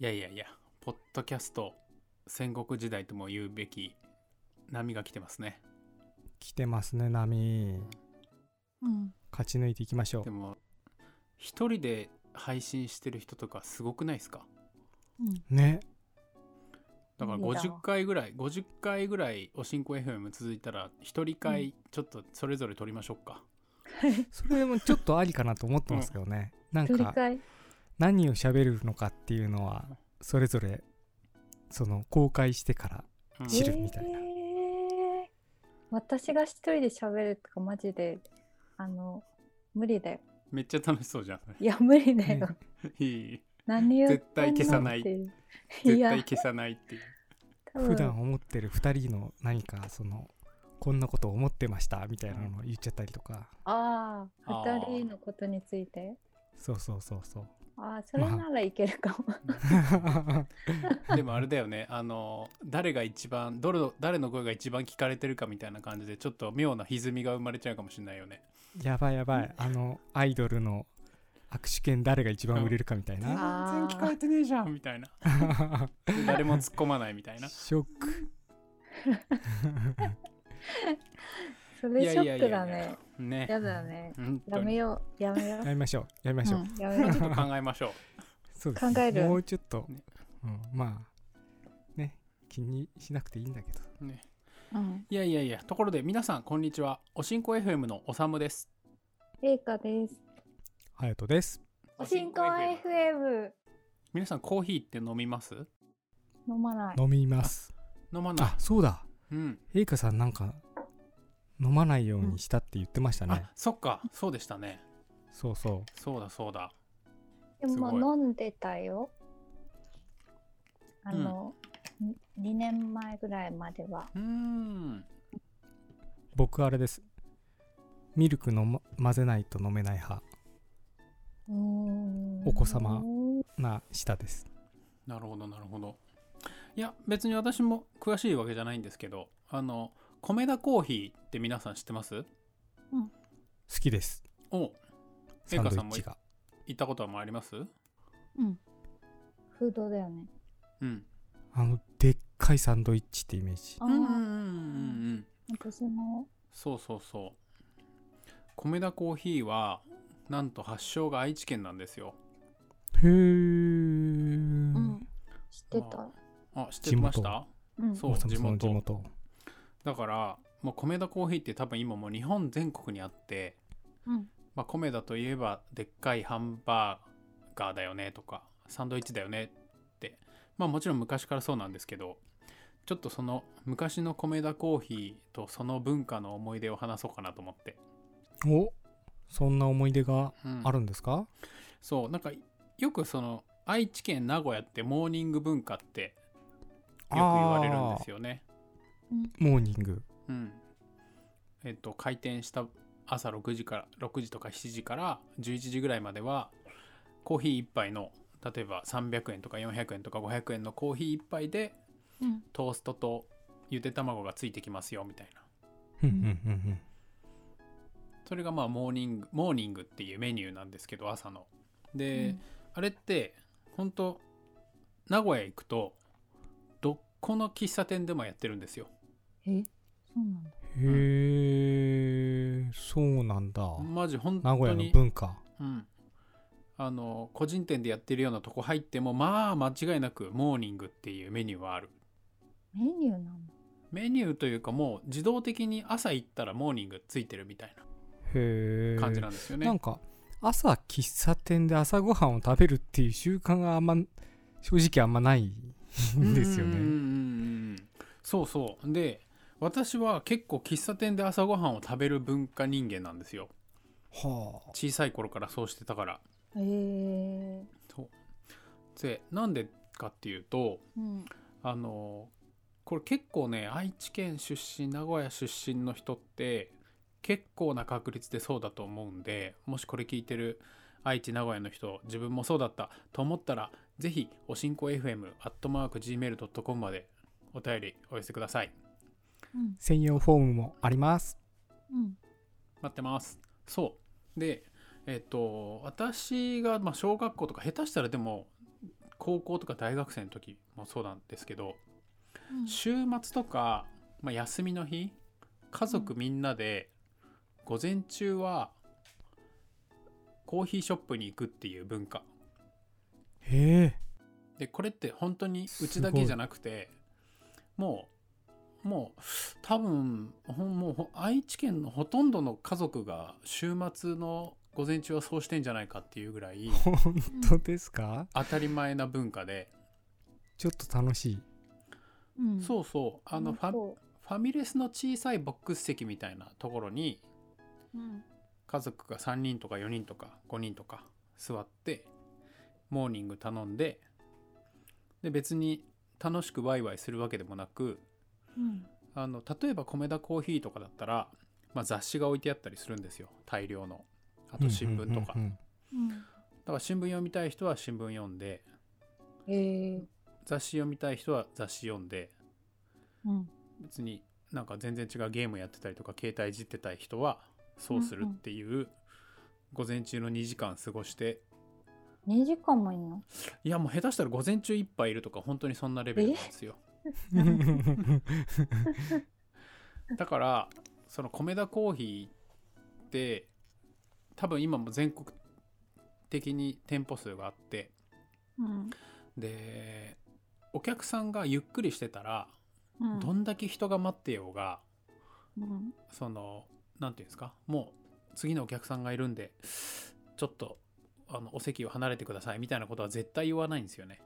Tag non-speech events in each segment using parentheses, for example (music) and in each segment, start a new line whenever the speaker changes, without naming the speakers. いやいやいや、ポッドキャスト、戦国時代とも言うべき波が来てますね。
来てますね波
うん。
勝ち抜いていきましょ
で
う
も、一人で配信してる人とかすごくないですか
うん。
ね
だから
無理だ
50回ぐらい、50回ぐらいおしんこ FM 続いたら、一人会ちょっとそれぞれ撮りましょうか。
それもちょっとありかなと思ってますけどね、なん
取り
か
替え。
何を喋るのかっていうのはそれぞれその公開してから
うん
知るみたいな
えー私が一人で喋るとかマジであの無理だよ
めっちゃ楽しそうじゃん。 (laughs)
いや無理だよ、
ね
いい。
何言ってんの
絶対消さない
っていうい
絶
や
対消さないっていう。
多分
普段思ってる2人の何かそのこんなこと思ってましたみたいなのを言っちゃったりとか、
あ
あ
あ
ー
二人のことについて
そうそうそうそう (laughs)
ああそれならいけるかも、
でもあれだよね、あの、誰が一番、どれの誰の声が一番聞かれてるかみたいな感じで、ちょっと妙な歪みが生まれちゃうかもしれないよね。
やばいやばいあのアイドルの握手券誰が一番売れるかみたい
全然
な、
あー
聞かれてねえじゃんみたいな。で (laughs) 誰も突っ込まないみたい
(laughs)
な。
(laughs) ショック
それショックだねや
ね。
だね
本当
やめ
に
ようやめよ
やめましょうやめま
う、
し
う
ょう、
ん、やめよう
ちょっと考えましょ
そうですね
考える
もうちょっと、
ね
うん、まあね気にしなくていいんだけど
う。ね、
うん
いやいやいや、ところで皆さん、こんにちは。おしんこ FM のおさむです。
レイカです
ハヤトです
おしんこ FM
皆さん、コーヒーって飲みます
飲まない
飲みます
飲まない
あ。そうだ
うん。
エイカさんなんか飲まないようにしたって言ってましたね
あ、、そっか。そうでしたね。
そうそ
そうだそうだ。
でも
すご
飲んでたよ。あの、に2年前ぐらいまでは。
うーん。
う僕あれですミルクの、ま、混ぜないと飲めない派
うーん
お子様な舌です
なるほどなるほどいや別に私も詳しいわけじゃないんですけどあの米田コーヒーって皆さん知ってます
好きです
お
サン
エ
ドイ
イカさん
ッ
も
チが
行ったことはもうあります
うん。フードだよね。
うん
あのでっかいサンドイッチってイメージ
あ
う
あ、
んうんうんうん
私も。
そうそうそう米田コーヒーはなんと発祥が愛知県なんですよ
へえ、
うん。知ってた。
あ知ってまし
地
た
うん。
そう
王様
地
さんの
元
地元
だからもう米田コーヒーって多分今もう日本全国にあって
うん。
まあ、米田といえばでっかいハンバーガーだよねとかサンドイッチだよねってまあもちろん昔からそうなんですけどちょっとその昔の米田コーヒーとその文化の思い出を話そうかなと思って、
おそんな思い出が
うん
あるんですか、
そうなんかよくその愛知県名古屋ってモーニング文化ってよく言われるんですよね
モーニング
うんえっと開店した朝6時から6時とか7時から11時ぐらいまではコーヒー1杯の例えば300円とか400円とか500円のコーヒー1杯で
うん。
トーストとゆで卵がついてきますよみたいな
うんうんうんうん
それがまあモーニングモーニングっていうメニューなんですけど朝ので、あれって本当名古屋行くとどこの喫茶店でもやってるんですよ
え、そうなんだ。
へえ、そうなんだ。
マジ本当
名
に
古屋の文化。
うん、あの個人店でやってるようなとこ入ってもまあ間違いなくモーニングっていうメニューはある
メニューなんだ。
メニューというかもう自動的に朝行ったらモーニングついてるみたい
へえ。
な感じなんですよね、
なんか、朝喫茶店で朝ごはんを食べるっていう習慣があんま、正直あんまないんですよ
うんうんうんうん
ね。
そうそうで私は結構喫茶店で朝ごはんを食べる文化人間なんですよ
はあ。
小さい頃からそうしてたから
ええ。
そうでなんでかっていうと
うん。
あのこれ結構ね愛知県出身名古屋出身の人って結構な確率でそうだと思うんでもしこれ聞いてる愛知名古屋の人自分もそうだったと思ったらぜひおしんこ FM.gmail.com までお便りお寄せください
うん。
専用フォームもあります。
うん。
待ってますそうでえっ、と私がまあ小学校とか下手したらでも高校とか大学生の時もそうなんですけど
うん
週末とか、まあ、休みの日家族みんなで午前中はコーヒーショップに行くっていう文化
へえ
でこれって本当にう
す
ち
ごい
だけじゃなくてもうもう多分ほんもうほ愛知県のほとんどの家族が週末の午前中はそうしてんじゃないかっていうぐら
(laughs)
い
本当ですか
当たり前な文化で、
ちょっと楽しい
うん
そうそうあのファ
そ
ファミレスの小さいボックス席みたいなところに
ううん
家族が3人とか4人とか5人とか座ってモーニング頼んでで別に楽しくワイワイするわけでもなく
うん
あの例えば米田コーヒーとかだったら、まあ、雑誌が置いてあったりするんですよ大量のあと新聞とか、
うんうんうん
うん
だから新聞読みたい人は新聞読んで
ええ
雑誌読みたい人は雑誌読んで
うん
別になんか全然違うゲームやってたりとか携帯いじってたい人はそうするっていう、午前中の2時間過ごして
2時間もいいの
いやもう下手したら午前中いっぱいいるとか本当にそんなレベルなんですよ
うん
だからその米田コーヒーって多分今も全国的に店舗数があって
うん
でお客さんがゆっくりしてたら、
うん
どんだけ人が待ってようが
うん
その何て言うんですかもう次のお客さんがいるんでちょっとあのお席を離れてくださいみたいなことは絶対言わないんですよね。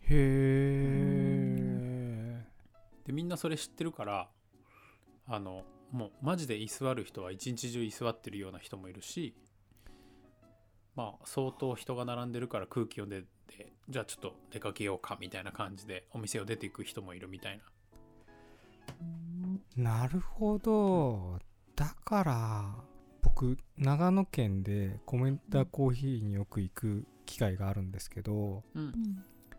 へえ
でみんなそれ知ってるからあのもうマジで居座る人は一日中居座ってるような人もいるしまあ相当人が並んでるから空気を出てじゃあちょっと出かけようかみたいな感じでお店を出ていく人もいるみたいな
なるほどだから僕長野県でコメンタコーヒーによく行く機会があるんですけど
うん
うん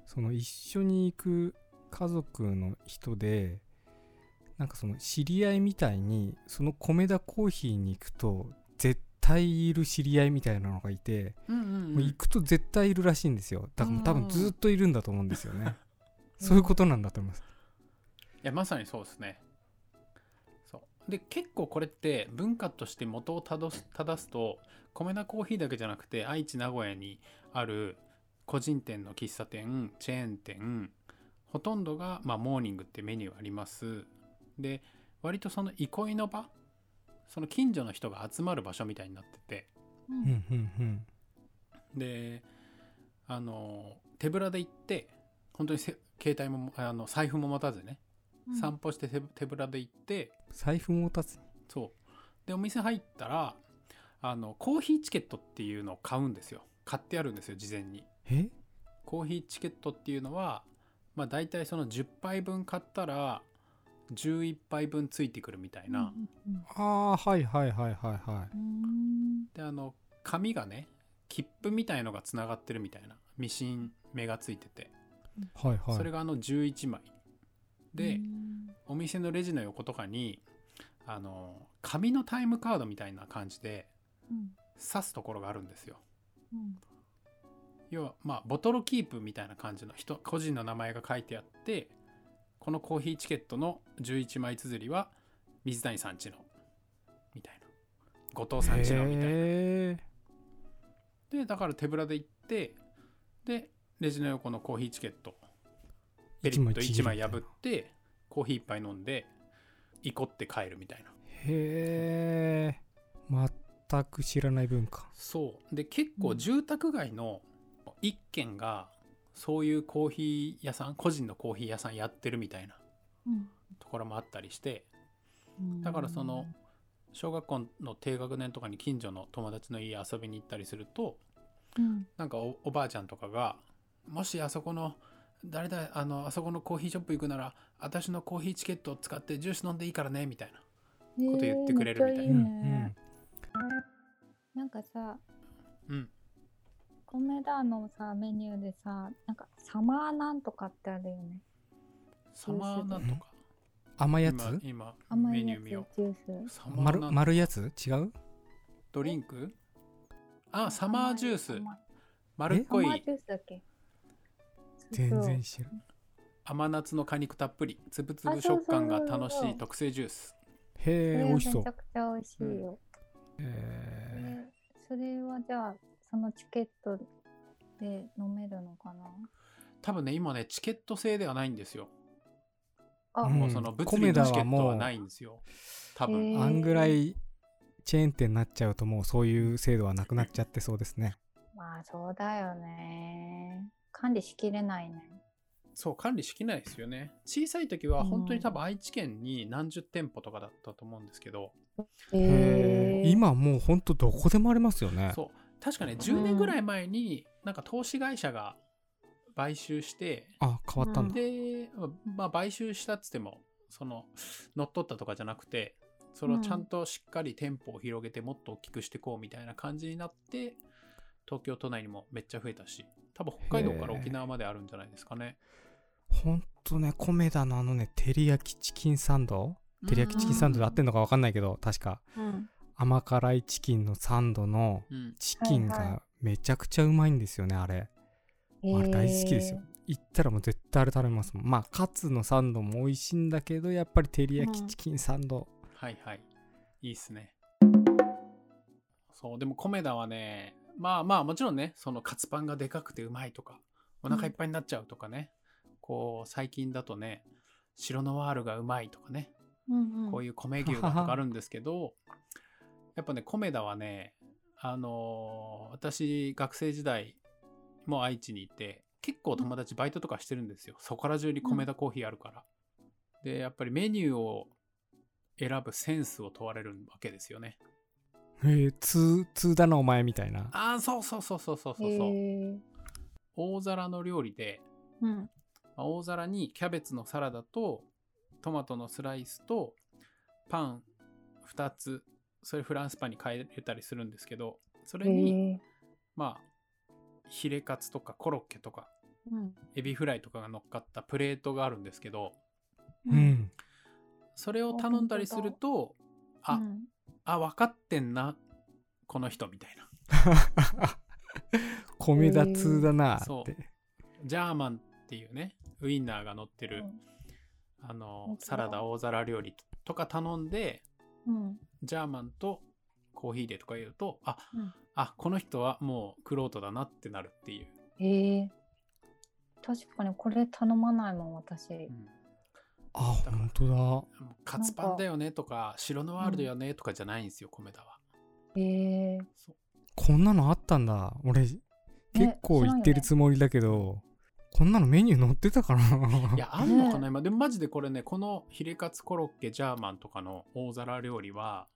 その一緒に行く家族の人でなんかその知り合いみたいにその米田コーヒーに行くと絶対いる知り合いみたいなのがいて、
うん
もう行くと絶対いるらしいんですよだからもう多
うん
分ずっといるんだと思うんですよね、
うん
そういうことなんだと思います
いやまさにそうですねそうで結構これって文化として元をたどす正すと米田コーヒーだけじゃなくて愛知名古屋にある個人店の喫茶店チェーン店ほとんどが、まあ、モーニングってメニューありますで割とその憩いの場その近所の人が集まる場所みたいになってて
う
うんんうんうん
であの手ぶらで行って本当にせ携帯もあの財布も持たずね、
うん
散歩して手手ぶらで行って
財布も立つ
そうでお店入ったらあのコーヒーチケットっていうのを買うんですよ買ってあるんですよ事前に
え
コーヒーチケットっていうのはまあ大体その10杯分買ったら11杯分ついてくるみたいな、
うん
ああーはいはいはいはいは
うん
であの紙がね切符みたいのがつながってるみたいなミシン目がついてて、
いはいはい
それがあの11枚で、
うん
お店のレジの横とかにあの紙のタイムカードみたいな感じで
うん
刺すところがあるんですよ
うん
要はまあボトルキープみたいな感じの人個人の名前が書いてあってこのコーヒーチケットの11枚綴りは水谷さんちのみたいな後藤さんちのみたいな
へ
でだから手ぶらで行ってでレジの横のコーヒーチケットペ
え
リッと
一
1
枚
枚破ってコーヒー一杯飲んでイコって帰るみたいな
へえ全く知らない文化
そうで結構
うん
住宅街の一軒がそういうコーヒー屋さん個人のコーヒー屋さんやってるみたいな
うん
ところもあったりして
うん
だからその小学校の低学年とかに近所の友達の家遊びに行ったりすると
うん
なんかおおばあちゃんとかが「もしあそこの誰だあのあそこのコーヒーショップ行くなら私のコーヒーチケットを使ってジュース飲んでいいからね」みたいなこと言ってくれるみたいな
えーめっ
う
ちゃい
ん
ねなんかさ
うん
コメダのさメニューでさなんかサマーなんとかってあるよね
サマーなんとか
甘いや
今
つ
今
甘
メ
い
ニ
や
ュー
つ
見
ジ
よ
ュース
うサマー
丸
なん
丸いやつ違う
ドリンクあサマージュース
甘い
丸っこ
サマー
い
ジュースだっけ
全然知らん
甘夏の果肉たっぷりつぶつ
あ
ぶ
そうそう
食
そ
感
う
が楽し
そう
い特製ジュース
へえ
それ
美味しそ
めちゃ
う、
くちゃ美味しいよ。
え
えそれはじゃあそのチケットで飲めるのかな
多分ね今ねチケット制ではないんですよ、
あ、
うん
もうその物理のチケットはないんですよ多
メダはもう
分、
へ
ー
え
あんぐらいチェーン店になっちゃうともうそういう制度はなくなっちゃってそうですね
まあそうだよね。管理しきれないね。
そう管理しきれないですよね小さい時は本当に多分愛知県に何十店舗とかだったと思うんですけど、
へえ
え
今もうほんとどこでもありますよね
そう確かね10年ぐらい前になんか投資会社が買収して、
あ変わったんだ、
で、まあ、買収したっつってもその乗っ取ったとかじゃなくてそれをちゃんとしっかり店舗を広げてもっと大きくしていこうみたいな感じになって東京都内にもめっちゃ増えたし多分北海道から沖縄まであるんじゃないですかね。
ほんとね米田のあのね照り焼きチキンサンド照り焼きチキンサンドで合ってんのか分かんないけど確か
うん、
甘辛いチキンのサンドの
うん
チキン
はいは
がめちゃくちゃうまいんですよねあれあれ大好きですよ行ったらもう絶対あれ食べますもんまあカツのサンドも美味しいんだけどやっぱり照り焼きチキンサンド、
はいはい。いいっすね。そう、でもコメダはね、まあまあもちろんね、そのカツパンがでかくてうまいとか、お腹いっぱいになっちゃうとかね、こう最近だとね、白ノワールがうまいとかね、
うんうん、
こう
い
いう米牛がとかあるんですけ
(laughs)
ど、やっぱね、コメダはね、あのー私学生時代も愛知にいて、結構友達バイトとかしてるんですよ。そこら中にコメダコーヒーあるから。で、やっぱりメニューを選ぶセンスを問われるわけですよね。
えー、通通だなお前みたいな
ああ、そうそうそうそうそうそう
へ
そう。
え
大皿の料理で、
うん
まあ大皿にキャベツのサラダとトマトのスライスとパン2つそれフランスパンに変えれたりするんですけどそれに、
へえ
まあヒレカツとかコロッケとか
うん
エビフライとかが乗っかったプレートがあるんですけど
う、ん
それを頼んだりするとあ、
うん
あ分かってんなこの人みたいな
米田通だなって、
そうジャーマンっていうねウインナーが乗ってる、あ
本
の
当
サ
だ
ラダ大皿料理とか頼んで
うん
ジャーマンとコーヒーでとか言うと、あ、
うん
あ、この人はもうクロートだなってなるっていう。
へえ確かにこれ頼まないもん私
うん
あ本当だ
カツパンだよねとか、白のワールドよねとかじゃないんですよ、米田は。
へえ
そう
こんなのあったんだ俺結構行ってるつもりだけど、こんなのメニュー載ってたかない
や、あんのかな今。でもマジでこれね、このヒレカツコロッケジャーマンとかの大皿料理は、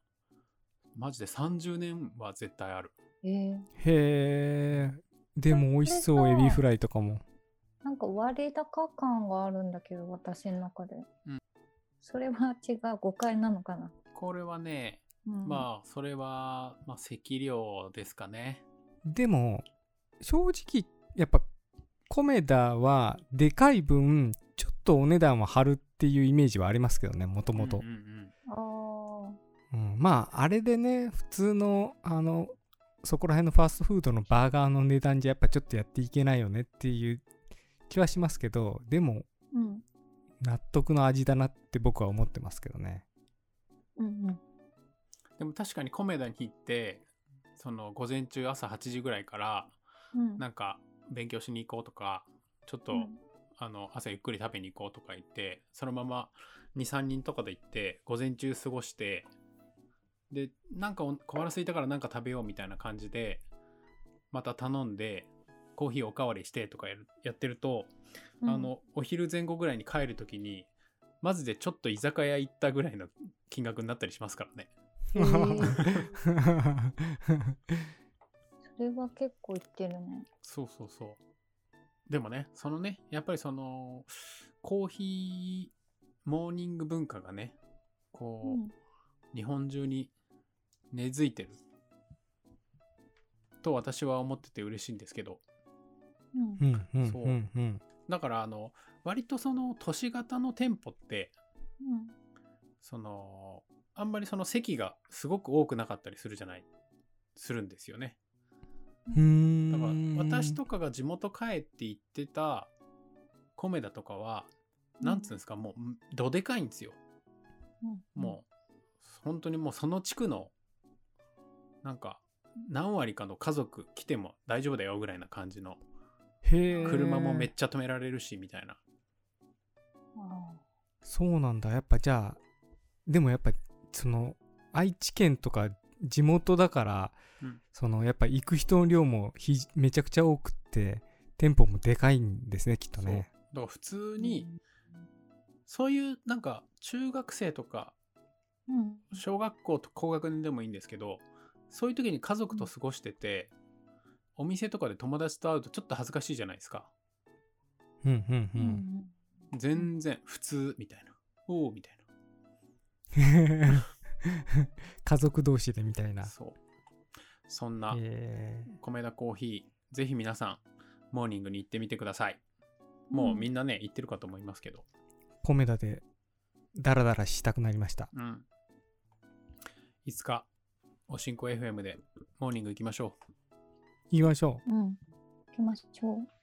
マジで30年は絶対ある。
へえ
(laughs) へえでも美味しそう
これ
エ
さ
ビフライとかも
なんか割高感があるんだけど私の中で、
うん
それは違う誤解なのかな、
これはね、
うん、
まあ、それは、まあ、赤量ですかね。
でも正直やっぱコメダはでかい分ちょっとお値段は張るっていうイメージはありますけどねもとも
う
と
んうんうん
あー
まああれでね普通のあのそこら辺のファーストフードのバーガーの値段じゃやっぱちょっとやっていけないよねっていう気はしますけどでも
うん
納得の味だなって僕は思ってますけどね
うんうん
でも確かに米田に行って、その午前中朝8時ぐらいから、
うん
なんか勉強しに行こうとかちょっと、
うん
あの朝ゆっくり食べに行こうとか言ってそのまま23人とかで行って午前中過ごしてでなんかお小腹空いたからなんか食べようみたいな感じでまた頼んでコーヒーおかわりしてとかやるやってると、
うん
あのお昼前後ぐらいに帰る時にマジでちょっと居酒屋行ったぐらいの金額になったりしますからね。
へ
(laughs)
えそれは結構いってるね
そうそうそう。でもね、そのね、やっぱりその、コーヒー、モーニング文化がね、こう、
うん
日本中に根付いてる。と私は思ってて嬉しいんですけど。
うん
うんうん
そう
うんうん
だから、あの、割とその都市型の店舗って、
うん
その、あんまりその席がすごく多くなかったりするじゃない、するんですよね。
うーん
だから私とかが地元帰って行ってたコメダとかはなんつうんですかもうどでかいんですよ
うん
もう本当にもうその地区のなんか何割かの家族来ても大丈夫だよぐらいな感じの
へえ
車もめっちゃ止められるしみたいな
あ
そうなんだやっぱじゃあでもやっぱその愛知県とか地元だから、
うん
そのやっぱ行く人の量もひじめちゃくちゃ多くって店舗もでかいんですねきっとね
だから普通
ー
にそういうなんか中学生とか
うん
小学校と高学年でもいいんですけどそういう時に家族と過ごしててお店とかで友達と会うとちょっと恥ずかしいじゃないですか
うんうんう
うんん
全然普通みたいなおおみたい
家族同士でみたいな
なそうそんな
え
米田コーヒーぜひ皆さんモーニングに行ってみてくださいもうみんなね行ってるかと思いますけど
ー、コメダでダラダラしたくなりました
うんいつかおしんこ FM でモーニング行きましょう
行きましょう
うん行きましょう